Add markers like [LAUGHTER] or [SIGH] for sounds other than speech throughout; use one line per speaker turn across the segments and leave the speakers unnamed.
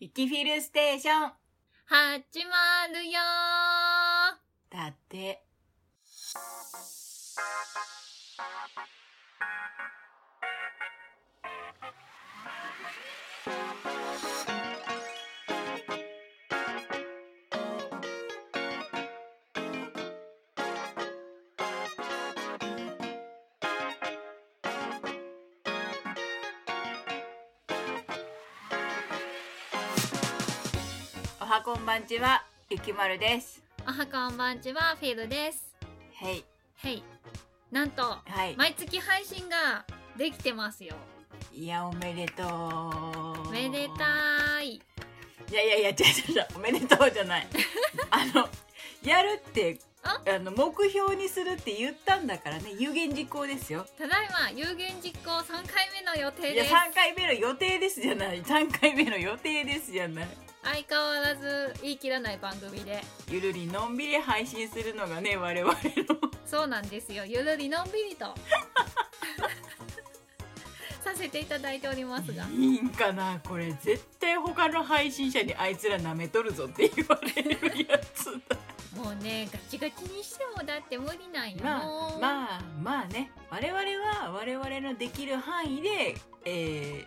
イキフィルステーション。
始まるよ
だって。おはこんばんちは、ゆきまるです。
ーおはこんばんちはフィルです
はい。
はいなんと
はい。
毎月配信ができてますよ
いや、おめでとう。
めでたーい
いやいやいや、違う違う違う、おめでとうじゃ
[LAUGHS]
ない。あの、やるって、あ
あ
の、目標にするって言ったんだからね、有言実行ですよ。
ただいま有言実行3回目の予定
いや、
です
3回目の予定ですじゃない。3回目の予定ですじゃない。
相変わらず言い切らない番組で
ゆるりのんびり配信するのがね、我々の。
そうなんですよゆるりのんび
[LAUGHS]
りとさせていただいておりますが
いいんかなこれ、絶対他の配信者にあいつら舐めとるぞって言われるやつだ。
もうねガチガチにしてもだって無理なんよ、
まあまあまあね我々は我々のできる範囲で、え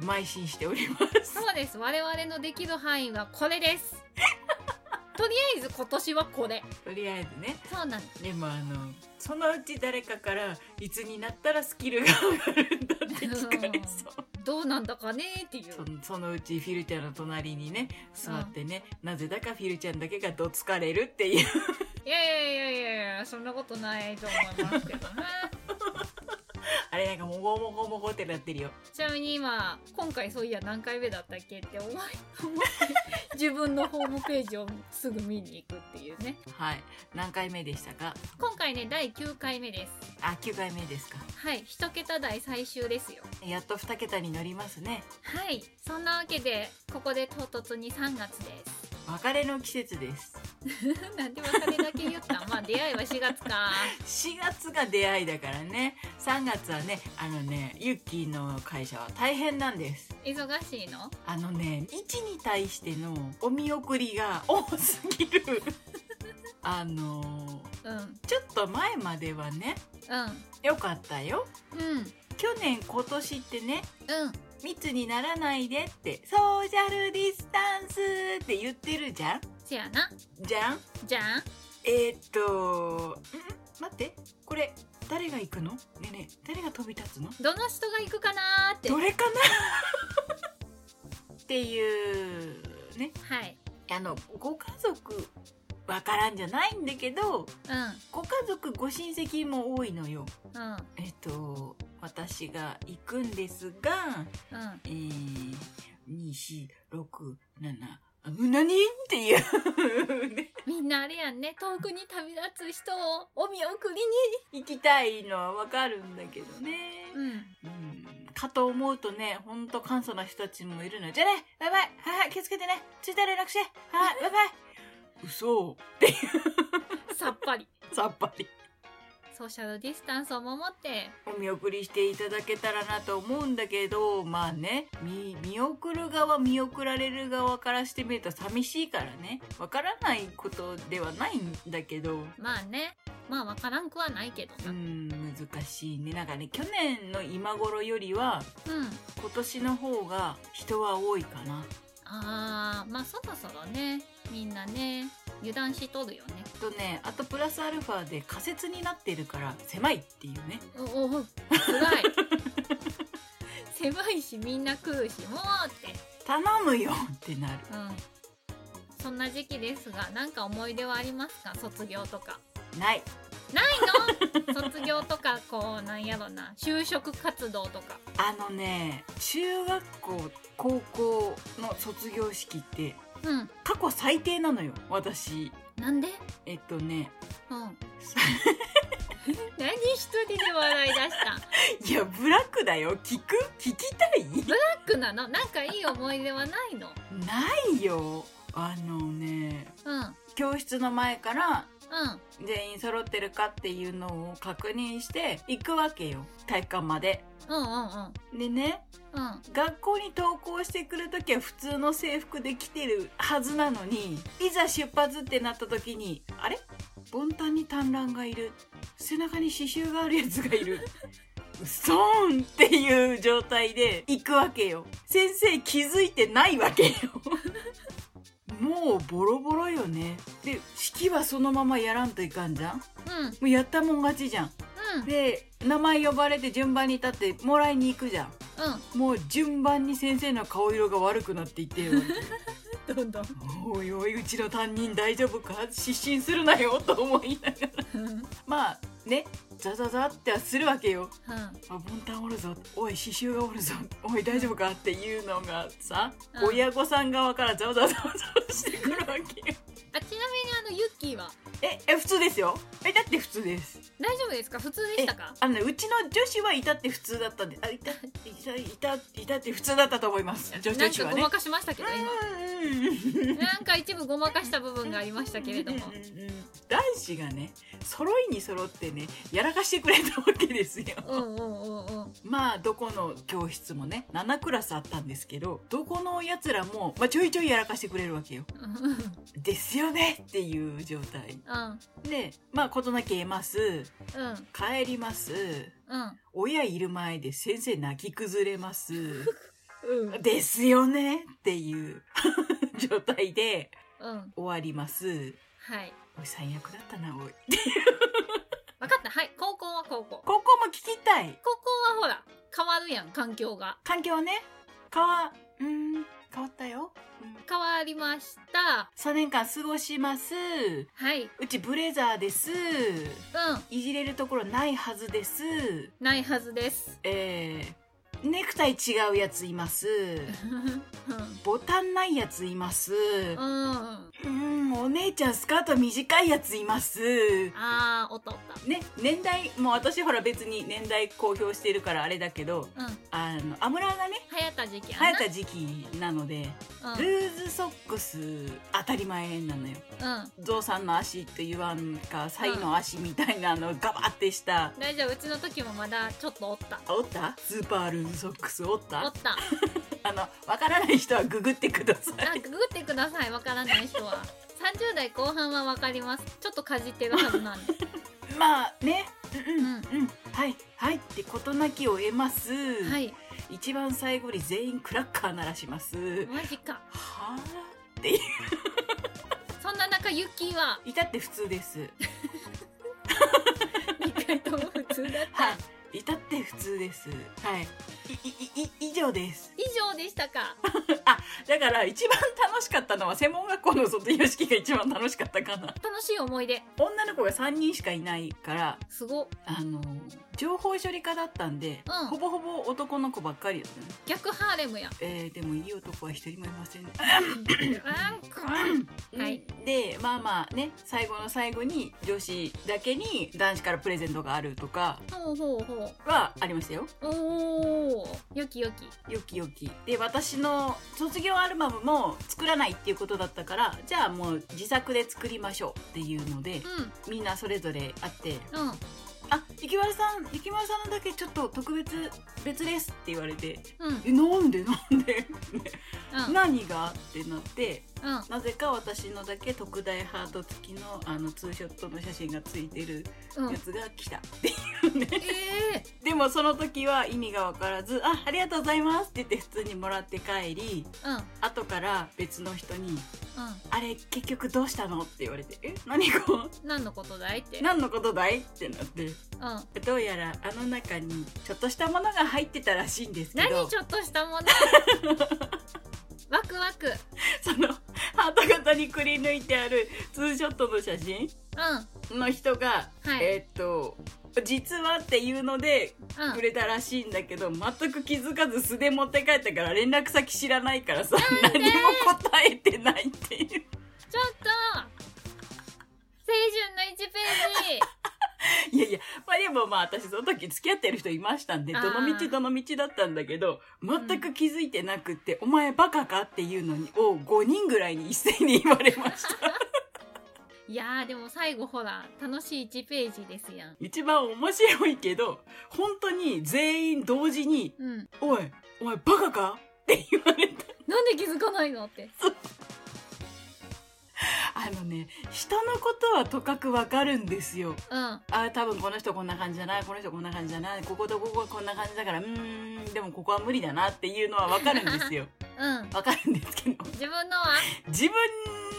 ー、邁進しており [LAUGHS] ます
そうです我々のできる範囲はこれです
[LAUGHS]
とりあえず今年はこれ
とりあえずね
そう [LAUGHS] なんです
でもあのそのうち誰かからいつになったらスキルが上がるんだって聞かれそう
どうなんだかねっていう
そのそのうちフィルちゃんの隣にね座ってね、なぜだかフィルちゃんだけがどつかれるっていう [LAUGHS]
いやいやいやいやいやそんなことないと思いますけどね
あれなんかもごもごもごってなってるよ
ちなみに今今回そういや何回目だったっけって思い思って自分のホームページをすぐ見に行くっていうね
はい何回目でしたか
[LAUGHS] 今回ね第9回目です
あ9回目ですか
はい一桁台最終ですよ
やっと2桁に乗りますね
はいそんなわけでここで唐突に3月です
別れの季節です
なんで別れだけ言 [LAUGHS] ったんまあ出会いは4月か
4月が出会いだからね3月はねあのねユッキーの会社は大変なんです
忙しいの
あのね1に対してのお見送りが多すぎる [LAUGHS] あの
うん
ちょっと前まではねよかったよ
うんうん
去年今年ってね
うん
密にならないでってソーシャルディスタンスって言ってるじゃん
せやな
じゃん
じゃん
えー、っとん待ってこれ誰が行くのねえねえ誰が飛び立つの
どの人が行くかなーって
ど
は
れかな [LAUGHS] っていうね
い
あのご家族わからんじゃないんだけど
う
ご家族ご親戚も多いのよ
んうん
えっと私が行くんですが
うん
えー、2467う何っていう、ね、
みんなあれやんね遠くに旅立つ人をお見送りに
行きたいのはわかるんだけどね
うん
うんかと思うとね、ほんと簡素な人たちもいるのよ。じゃあね、バイバイ、はいはい、気をつけてね、ツイッター連絡して、はい、バイバイ。嘘、
さっぱり
[LAUGHS] さっぱり。
ソーシャルディスタンスを守って
お見送りしていただけたらなと思うんだけど、まあね、見、見送る側、見送られる側からしてみると寂しいからね、わからないことではないんだけど、
まあねまあわからんくはないけど
う
さ
ん、難しいね。なんかね、去年の今頃よりは、
うん
今年の方が人は多いかな。
あーまあそろそろねみんなね油断しとるよね
とねあとプラスアルファで仮説になってるから狭いっていうね
おお
[LAUGHS]
辛い狭いしみんな食うしもうって、
頼むよってなる
うん、そんな時期ですがなんか思い出はありますか卒業とか
ない
ないの [LAUGHS] 卒業とかこうなんやろな就職活動とか
あのね中学校高校の卒業式って
うん
過去最低なのよ私
なんで
えっとね
うん [LAUGHS] 何一人で笑い出した
いやブラックだよ聞く聞きたい
バックなのなんかいい思い出はないの
ないよあのね
うん
教室の前から
うん
全員揃ってるかっていうのを確認して行くわけよ体育館まで。
うんうんうん
でね
うん
学校に登校してくるときは普通の制服で来てるはずなのにいざ出発ってなったときにあれボンタンに短乱がいる背中に刺繍があるやつがいるうそーんっていう状態で行くわけよ先生気づいてないわけよもうボロボロよねで式はそのままやらんといかんじゃんも
うん
うやったもん勝ちじゃん
うん
で名前呼ばれて順番に立ってもらいに行くじゃんもう順番に先生の顔色が悪くなっていって「
うん [LAUGHS] どんどん
おいおいうちの担任大丈夫か失神するなよ」と思いながら
うんうん
まあねザザザってはするわけよ「あボンタンおるぞおい刺繍がおるぞおい大丈夫か?」っていうのがさ、
うん
親御さん側からザワザワザワザワしてくるわけよ
あちなみにあのユッキーは
ええ普通ですよえだって普通です
大丈夫ですか普通でしたか
あのねうちの女子はいたって普通だったんであいたいたいたいたって普通だったと思います女女
なん
子
か
は
ご
ね
まかしましたけど
うん
[LAUGHS] 今なんか一部ごまかした部分がありましたけれども
うんうんうん男子がね揃いに揃ってねやらかしてくれたわけです
[LAUGHS]
よ、
うんうんうんうん
まあどこの教室もね7クラスあったんですけどどこのやつらも、まあ、ちょいちょいやらかしてくれるわけよ
うん
ですよねっていう状態
うん
でまあ事なき得ます
うん
帰ります
うん
親いる前で先生泣き崩れます
[LAUGHS] うん
ですよねっていう [LAUGHS] 状態で
うん
終わります
はい
おい最悪だったなおい
分かったはい高校は高校
ここも聞きたい
高校はほら変わるやん環境が
環境ね変わうーん変わったよ、うん、
変わりました
3年間過ごします
はいう
ちブレザーです
ん
いじれるところないはずです
ないは
[LAUGHS]
ずです
えー、ネクタイ違うやついます
うん
ボタンないやついます
うん
うーんお姉ちゃんスカート短いやついます
あーおったおっ
ね年代もう私ほら別に年代公表してるからあれだけど
たうん
あのアムラーがね
流行った時期
流行
や
っ
な
た時期なので
うん
ルーズソックス当たり前なのよ
うん
ゾウさんの足と言わんかサイの足みたいなあのガバってした、
大丈夫うちの時もまだちょっとおった
あおったスーパールーズソックスおっ
お
た
った
あのわからない人はググってくださ
あ
い
ググってくださいわからない人は30代後半はわかりますちょっとかじってるはずなんで
まあねうん
う
う
ん
ん、うん、はいはいって事なきを得ます、
はい
一番最後に全員クラッカー鳴らします、
マジか
はあ
そんな中ユッキーはい
たって普通です
2回とも普通だった
はいいたって普通ですはいいいい以上です
以上でしたか
だから一番楽しかったのは専門学校の卒業式が一番楽しかったかな
楽しい思い出
女の子が3人しかいないから
すごっ
あの情報処理科だったんで、
うん
ほぼほぼ男の子ばっかりだったね、
逆ハーレムや
えーでもいい男は一人もいません、
あーこんはい
でまあまあね最後の最後に女子だけに男子からプレゼントがあるとか
ほうほうほ
はありましたよ
うおおよきよき
よきよきで私の卒業アルバムも作らないっていうことだったからじゃあもう自作で作りましょうっていうので
う
みんなそれぞれあって
んうん
あ、ゆきまるさん、ゆきまるさんのだけちょっと特別、別ですって言われて、
うん
え、なんでなんで
うん
何がってなって、
うん
なぜか私のだけ特大ハート付きの、あの、ツーショットの写真がついてる
うん
やつが来たっていうね。
え
でもその時は意味がわからず、あ、ありがとうございますって言って普通にもらって帰り、
ー、うん
後から別の人に、
う
あれ結局どうしたのって言われて、え、何が
ん何のことだいって
何のことだいってなって。
うん
どうやらあの中にちょっとしたものが入ってたらしいんですけ
何
ど
ちょっとした [LAUGHS] ものワクワク
そのハート型にくり抜いてあるツーショットの写真
う
の人が、
んはい、
えーっと実はっていうので
うん
くれたらしいんだけど、全く気づかず素で持って帰ったから連絡先知らないからさ
なんで
何も答えてないっていう
ちょっと青春の1ページ
いやいやまあでもまあ私その時付き合ってる人いましたんで
あ
ど
ー
の道どの道だったんだけど全く気づいてなくって「お前バカか?」っていうのを5人ぐらいに一斉に言われました
いやーでも最後ほら楽しい1ページですやん
一番面白いけど、本当に全員同時に、
うん
おい、おい、バカか [LAUGHS] って言われた。
なんで気づかないのって
あのね、人のことはとかくわかるんですよ。
うん
あー多分この人こんな感じだなこの人こんな感じだなこことここはこんな感じだからうーんでもここは無理だなっていうのは分かるんですよ [LAUGHS]
うん
分かるんですけど
自分のは
自分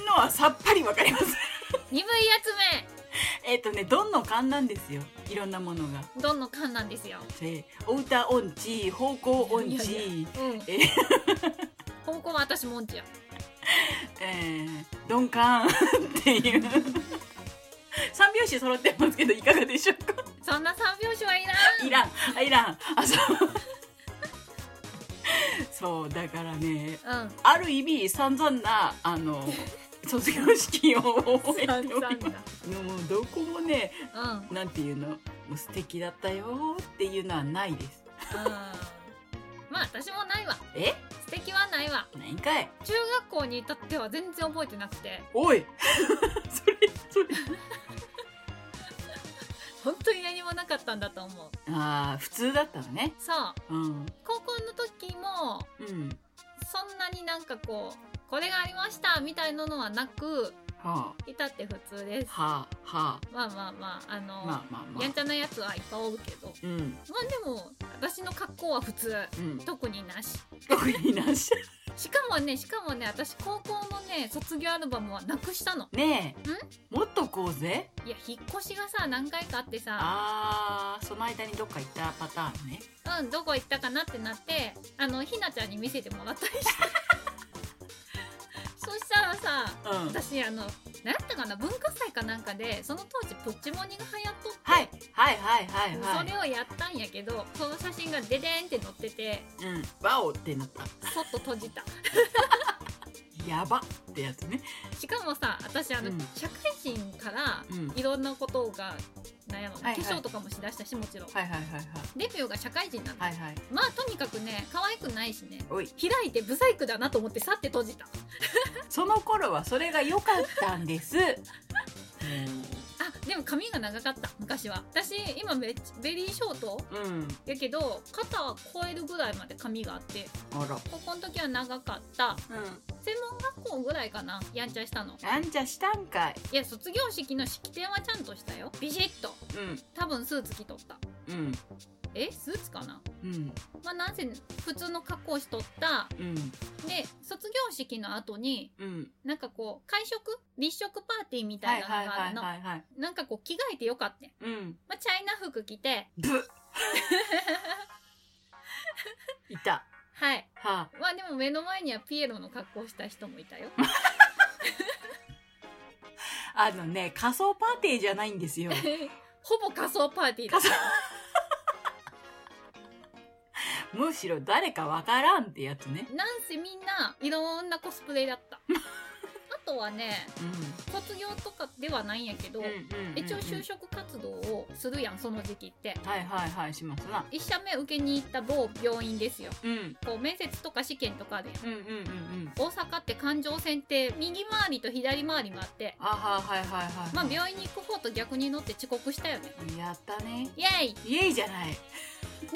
のはさっぱり分かります [LAUGHS]
鈍いや
えっとねどんどん勘なんですよいろんなものが。
つめどんの勘なんですよ
えーお歌音痴方向音
いや
痴
うん
え [LAUGHS]
方向は私もんちや
えー鈍感っていう三拍子揃ってますけどいかがでしょうか
そんな三拍子はいらん
いらんあいらんあそうそうだからね
うん
ある意味散々なあの卒業式を終えております
散
もうどこもね
々うん
なんていうのもう素敵だったよっていうのはないです
あーまあ私もないわ
え
素敵はないわ
ないんかい
中学校に至っては全然覚えてなくて
おいそれそれ
本当に何もなかったんだと思う
ああ普通だったのね
そう
うん
高校の時も
うん
そんなになんかこうこれがありましたみたいなのはなく
は
至って普通です
あはあは
まあまあまああ
あ
の、
まあまあま
やん
あ
ちゃなやつはいっぱいおるけど
うん
まあでも私の格好は普通
うん
特になし
特になし
しかもねしかもね私高校のね卒業アルバムはなくしたの
[LAUGHS] ねえもっとこうぜ
いや引っ越しがさ何回かあってさ
あーその間にどっか行ったパターンね
うんどこ行ったかなってなってあのひなちゃんに見せてもらった
[LAUGHS]
りしてそしたらさ
うん
私あの何やったかな文化祭かなんかでその当時プッチモニが流行っとって、
はいはいはいはいはい
それをやったんやけどその写真がデデーンって載ってて
うん、ワオってなった
そっと閉じた
やばってやつね、
しかもさ私あの、
うん
社会人から
うん、はい
いろんなことが悩む、
はいはい
化粧とかもしだしたしもちろん
はいはいはい
レビューが社会人なの、
はいはい
まあとにかくね可愛くないしね
おい
開いてブサイクだなと思ってさって閉じた
その頃はそれが良かったん [LAUGHS] です、
あでも髪が長かった昔は私今めっちベリーショート
うん、うん、
やけど肩は超えるぐらいまで髪があって
あら
高校の時は長かった
う
専門学校ぐらいかなやんちゃしたの
んあんちゃしたんかい
いや卒業式の式典はちゃんとしたよビシッと多分スーツ着とった
うんうん
えスーツかな
うん
まあなんせ普通の格好しとった
うん
で卒業式の後に
うん
なんかこう会食立食パーティーみた
はいい
な
は
の
い
があ
は
る
い
の
はいはい
なんかこう着替えてよかった、
うん
まあ、チャイナ服着て
ぶいた
はい
は
まあでも目の前にはピエロの格好した人もいたよ
あ、あのね仮想パーティーじゃないん [LAUGHS] ですよ
[LAUGHS] ほぼ仮装パーティーだった
むしろ誰かわからんってやつね
なんせみんないろんなコスプレだったあとはね
うん
卒業とかではないんやけど、
うんうんうん
一応就職活動をするやんその時期って
はいはいはいしますな
一社目受けに行った某病院ですよ
うん
こう面接とか試験とかあるやん
うんうんうんうん
大阪って環状線って右回りと左回りがあって
あははいはいはい
まあ病院に行く方と逆に乗って遅刻したよね
やったね
イエイ
イエイじゃない
[LAUGHS]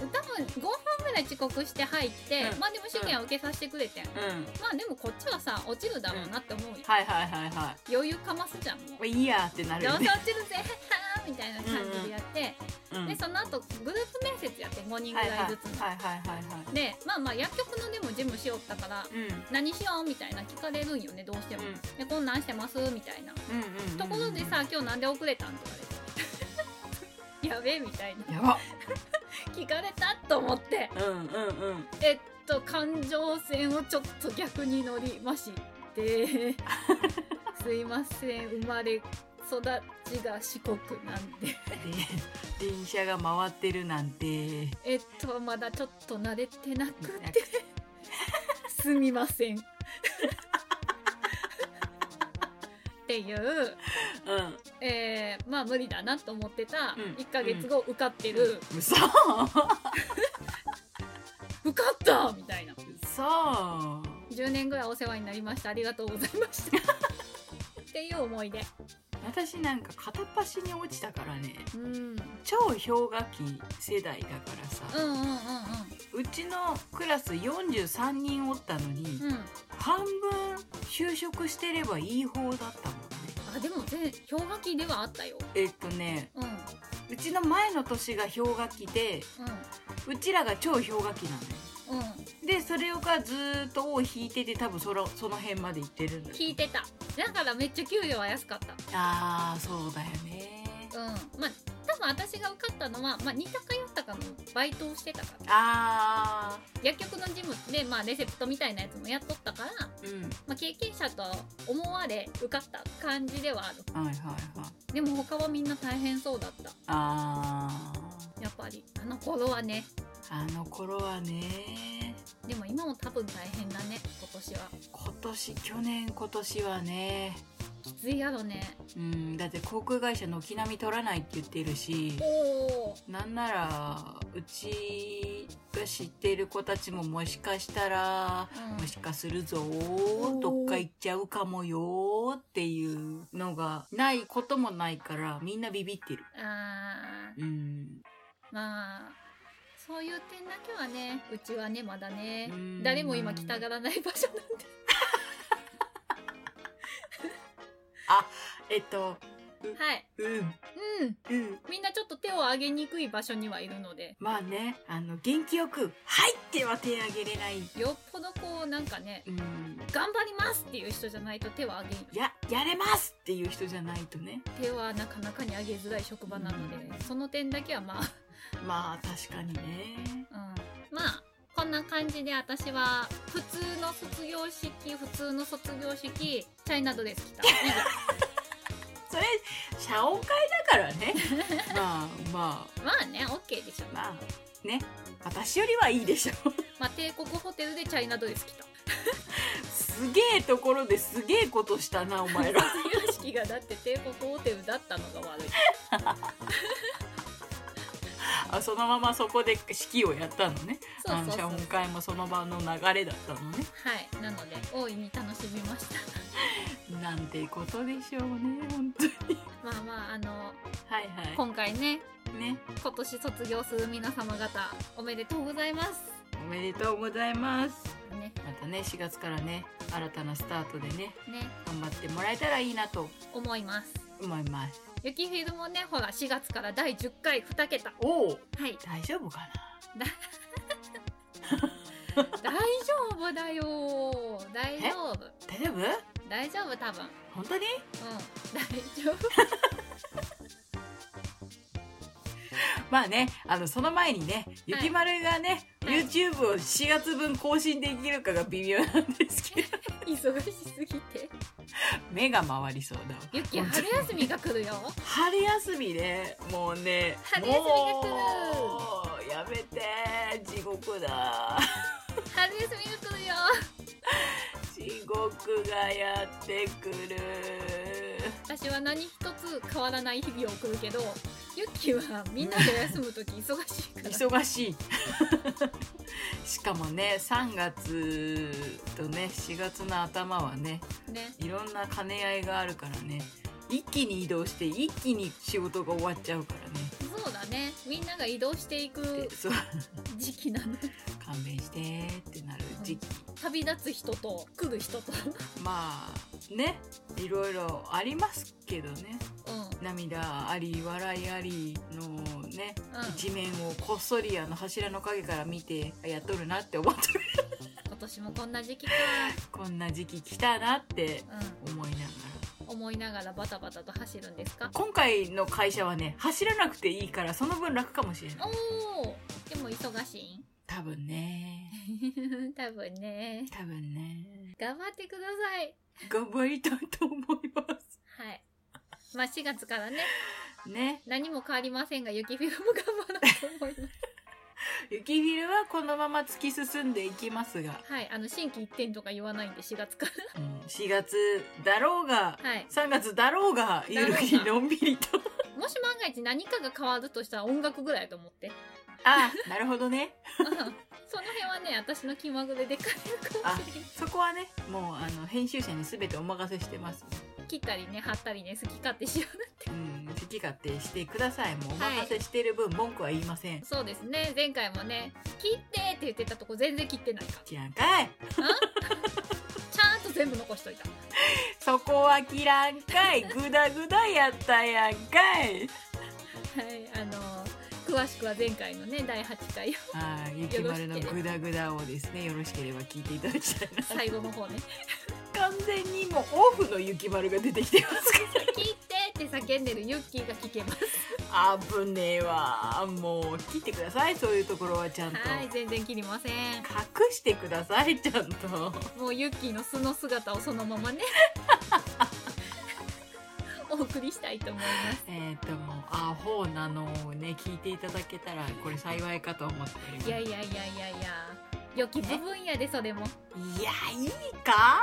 多分5分ぐらい遅刻して入って、
うん
まあでも試験は受けさせてくれてん、
うん
まあでもこっちはさ落ちるだろうなって思うよ、
はいはいはいは
余裕かますじゃんもう
いいいやってなる
どう
よ
せ
ね
落ちるぜははーみたいな感じでやって、
うん
でその後グループ面接やって5人ぐ
はいはい
らい
はい
ずつの、
はいはいは
でまあまあ薬局のでも事務しよったから
いうん
何しようみたいな聞かれるんよねどうしても、
うん
でこんなんしてますみたいな、
うんうんうんうん
ところでさ今日なんで遅れたんとかで [LAUGHS] やべえみたいな
やば
聞かれたと思って
うんうんうん
えっと環状線をちょっと逆に乗りまして
[LAUGHS]
すいません生まれ育ちが四国なんで
で電車が回ってるなんて
えっとまだちょっと慣れてなくてすみませんっていう、
うん
えーまあ無理だなと思ってた
うん
1ヶ月後受かっ
[LAUGHS]
てる、
うそ
受かったみたいな
そう
10年ぐらいお世話になりましたありがとうございましたっていう思い出
私なんか片っ端に落ちたからね
うんうん
超氷河期世代だからさ、
うんうん
うちのクラス43人おったのに、
うんうん
半分就職してればいい方だったもんね
あでも全氷河期ではあったよ
えっとね
うんうん
うちの前の年が氷河期でうちらが超氷河期なのよ
うん
でそれがずーっと尾を引いてて多分そのその辺まで行ってるんだ
聞いてただからめっちゃ給料は安かった
ああそうだよね
うんまあ多分私が受かったのは、まあ、似たかよったかのバイトをしてたから
あ
薬局の事務で、まあ、レセプトみたいなやつもやっとったから、
ーうん
まあ、経験者と思われ受かった感じではある
はいはいはい
でも他はみんな大変そうだった
あ
やっぱりあの頃はね
ーあの頃はね
でも今も多分大変だね今年は
今年去年今年はね
きついやろね
うんだって航空会社軒並み取らないって言ってるし
おお
なんならうちが知っている子たちももしかしたらもしかするぞ
ー
ーどっか行っちゃうかもよーっていうのがないこともないからみんなビビってる
うん、あー
うん
まあそういう点だけはねうちはねまだね
うん
誰も今来たがらない場所なんで
えっと
は
う
い
ん
うん
うん
みんなちょっと手を挙げにくい場所にはいるので
まあねあの元気よく「はい!」っては手あげれない
よっぽどこうなんかね
うん
頑張りますっていう人じゃないと手は挙げ
ややれますっていう人じゃないとね
手はなかなかに挙げづらい職場なので、
うん
その点だけはまあ、
まあ確かにね
うん、まあこんな感じで私は普通の卒業式普通の卒業式チャイナドレス
[LAUGHS]
着た以
それ謝恩会だから
[LAUGHS]
ねまあま
上まあね OK でしょ
あ、まあね私よりはいいでしょ
まあ帝国ホテルでチャイナドレス着た
すげえところですげえことしたなお前
[LAUGHS]
ら
卒業式がだって帝国ホテルだったのが悪い
あそのままそこで式をやったのね
そうそうそ
あ
う
の謝恩会もその場の流れだったのね
はいなので大いに楽しみました [LAUGHS]
なんてことでしょうね本当に
まあまああの
はいは
今回ね
いね
今年卒業する皆様方おめでとうございます
おめでとうございます
ね
またね4月からね新たなスタートでね
ね
頑張ってもらえたらいいなと
思います
思います
ゆきフィルもねほら4月から第10回2桁
おお
はい
大丈夫かな
大丈夫だよー大丈夫
大丈夫
大丈夫多分うん
本当に
大丈夫
まあね、あの、その前にね、ゆ
はい
きまるがね、
はい
YouTube を4月分更新できるかが微妙なんですけど、
忙しすぎて
目が回りそうだわ。
ゆき
本当
春
に
休みが来るよ
春休みね、もうね、
春休みが
もうやめて、地獄だ。
春休みが来るよ
地獄がやってくる。
私は何一つ変わらない日々を送るけどゆきはみんなで休む時忙しいから
忙しい。 [LAUGHS] しかもね、3月とね、4月の頭はね、
ね
いろんな兼ね合いがあるからね一気に移動して一気に仕事が終わっちゃうからね
そうだねみんなが移動していく
でそう
時期なの
勘弁してってなる時期
旅立つ人と来る人と
まあねいろいろありますけどね
うん
涙あり笑いありのね
うん
一面をこっそりあの柱の陰から見てあやっとるなって思ってる
今年もこんな時期か、
こんな時期来たなって
う
思いながら
ん、思いながらバタバタと走るんですか
今回の会社はね走らなくていいからその分楽かもしれない
おおでも忙しいん
多分ね
[LAUGHS] 多分ね
多分ね
頑張ってください
頑張りたいと思いま
はいまあ4月からね
す。ね。
何も変わりませんが雪フィルも頑張ろうと思います
雪フィルはこのまま突き進んでいきますが、
はいあの新規一点とか言わないんで4月か
うん、4月だろうが、
らはい
3月だろうが、ゆるりのんびりと。
もし万が一何かが変わるとしたら音楽ぐらいと思って
あ [LAUGHS] あ、なるほどね。
うんその辺はね私の気まぐれで変えるかもしれない
そこはね、もうあの編集者に全てお任せしてます。
切ったりね貼ったりね好き勝手しよう
うん、好き勝手してください。もうお任せしてる分、文句は言いません。
そうですね前回もね切ってって言ってたとこ全然切ってないから
知らんかい。
ちゃんと全部残しといた
そこは切らんかい。ぐだぐだやったやんかい。
はいあの詳しくは前回のね第8回を
はい、ゆきまるのぐだぐだをですね、よろしければ聞いていただきたいな。
最後の方ね
完全にもうオフのゆきまるが出てきてますか
「切って!」って叫んでるユッキーが聞けます
ら。危ねえわ。もう切ってください。そういうところはちゃんと。
はい全然切りません
隠してくださいちゃんと
もうユッキーの素の姿をそのまま [LAUGHS] ねお送りしたいと思います
えっ、ともうアホなのをね聞いていただけたらこれ幸いかと思っております
いやいやいやいやいや良き部分やでそれも
いやいいか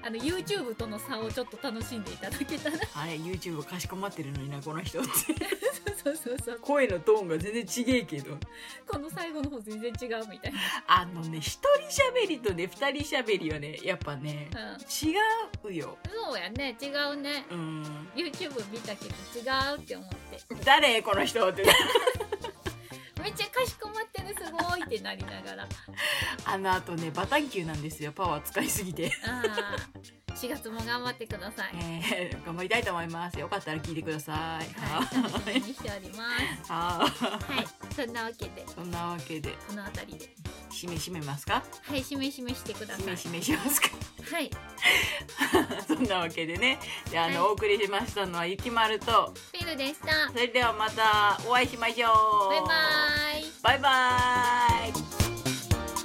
あの YouTube との差をちょっと楽しんでいただけた [LAUGHS] ら
あれ YouTube かしこまってるのになこの人って [LAUGHS]
そうそうそう
声のトーンが全然ちげえけど
この最後の方全然違うみたい
あのね一人喋りとね二人喋りはねやっぱね
な、うん、
違うよ
そうやね違うね
うん
YouTube 見たけど違うって思って
誰この人って
めっちゃかしこまってるすごいってなりながら
あのあとねバタンキューなんですよパワー使いすぎて、
あー4月も頑張ってください
えー頑張りたいと思いますよかったら聞いてください
はい楽
は
しみにしておりま
あ
すはいそんなわけで
そんなわけで
この辺りで
締め締めますか
はいしめしめしてくだ
締
さい
め締めしますか
はい
そんなわけでねであの、
はい
お送りしましたのはゆきまると
フィルでした
それではまたお会いしましょう
バイバーイ
バイバイ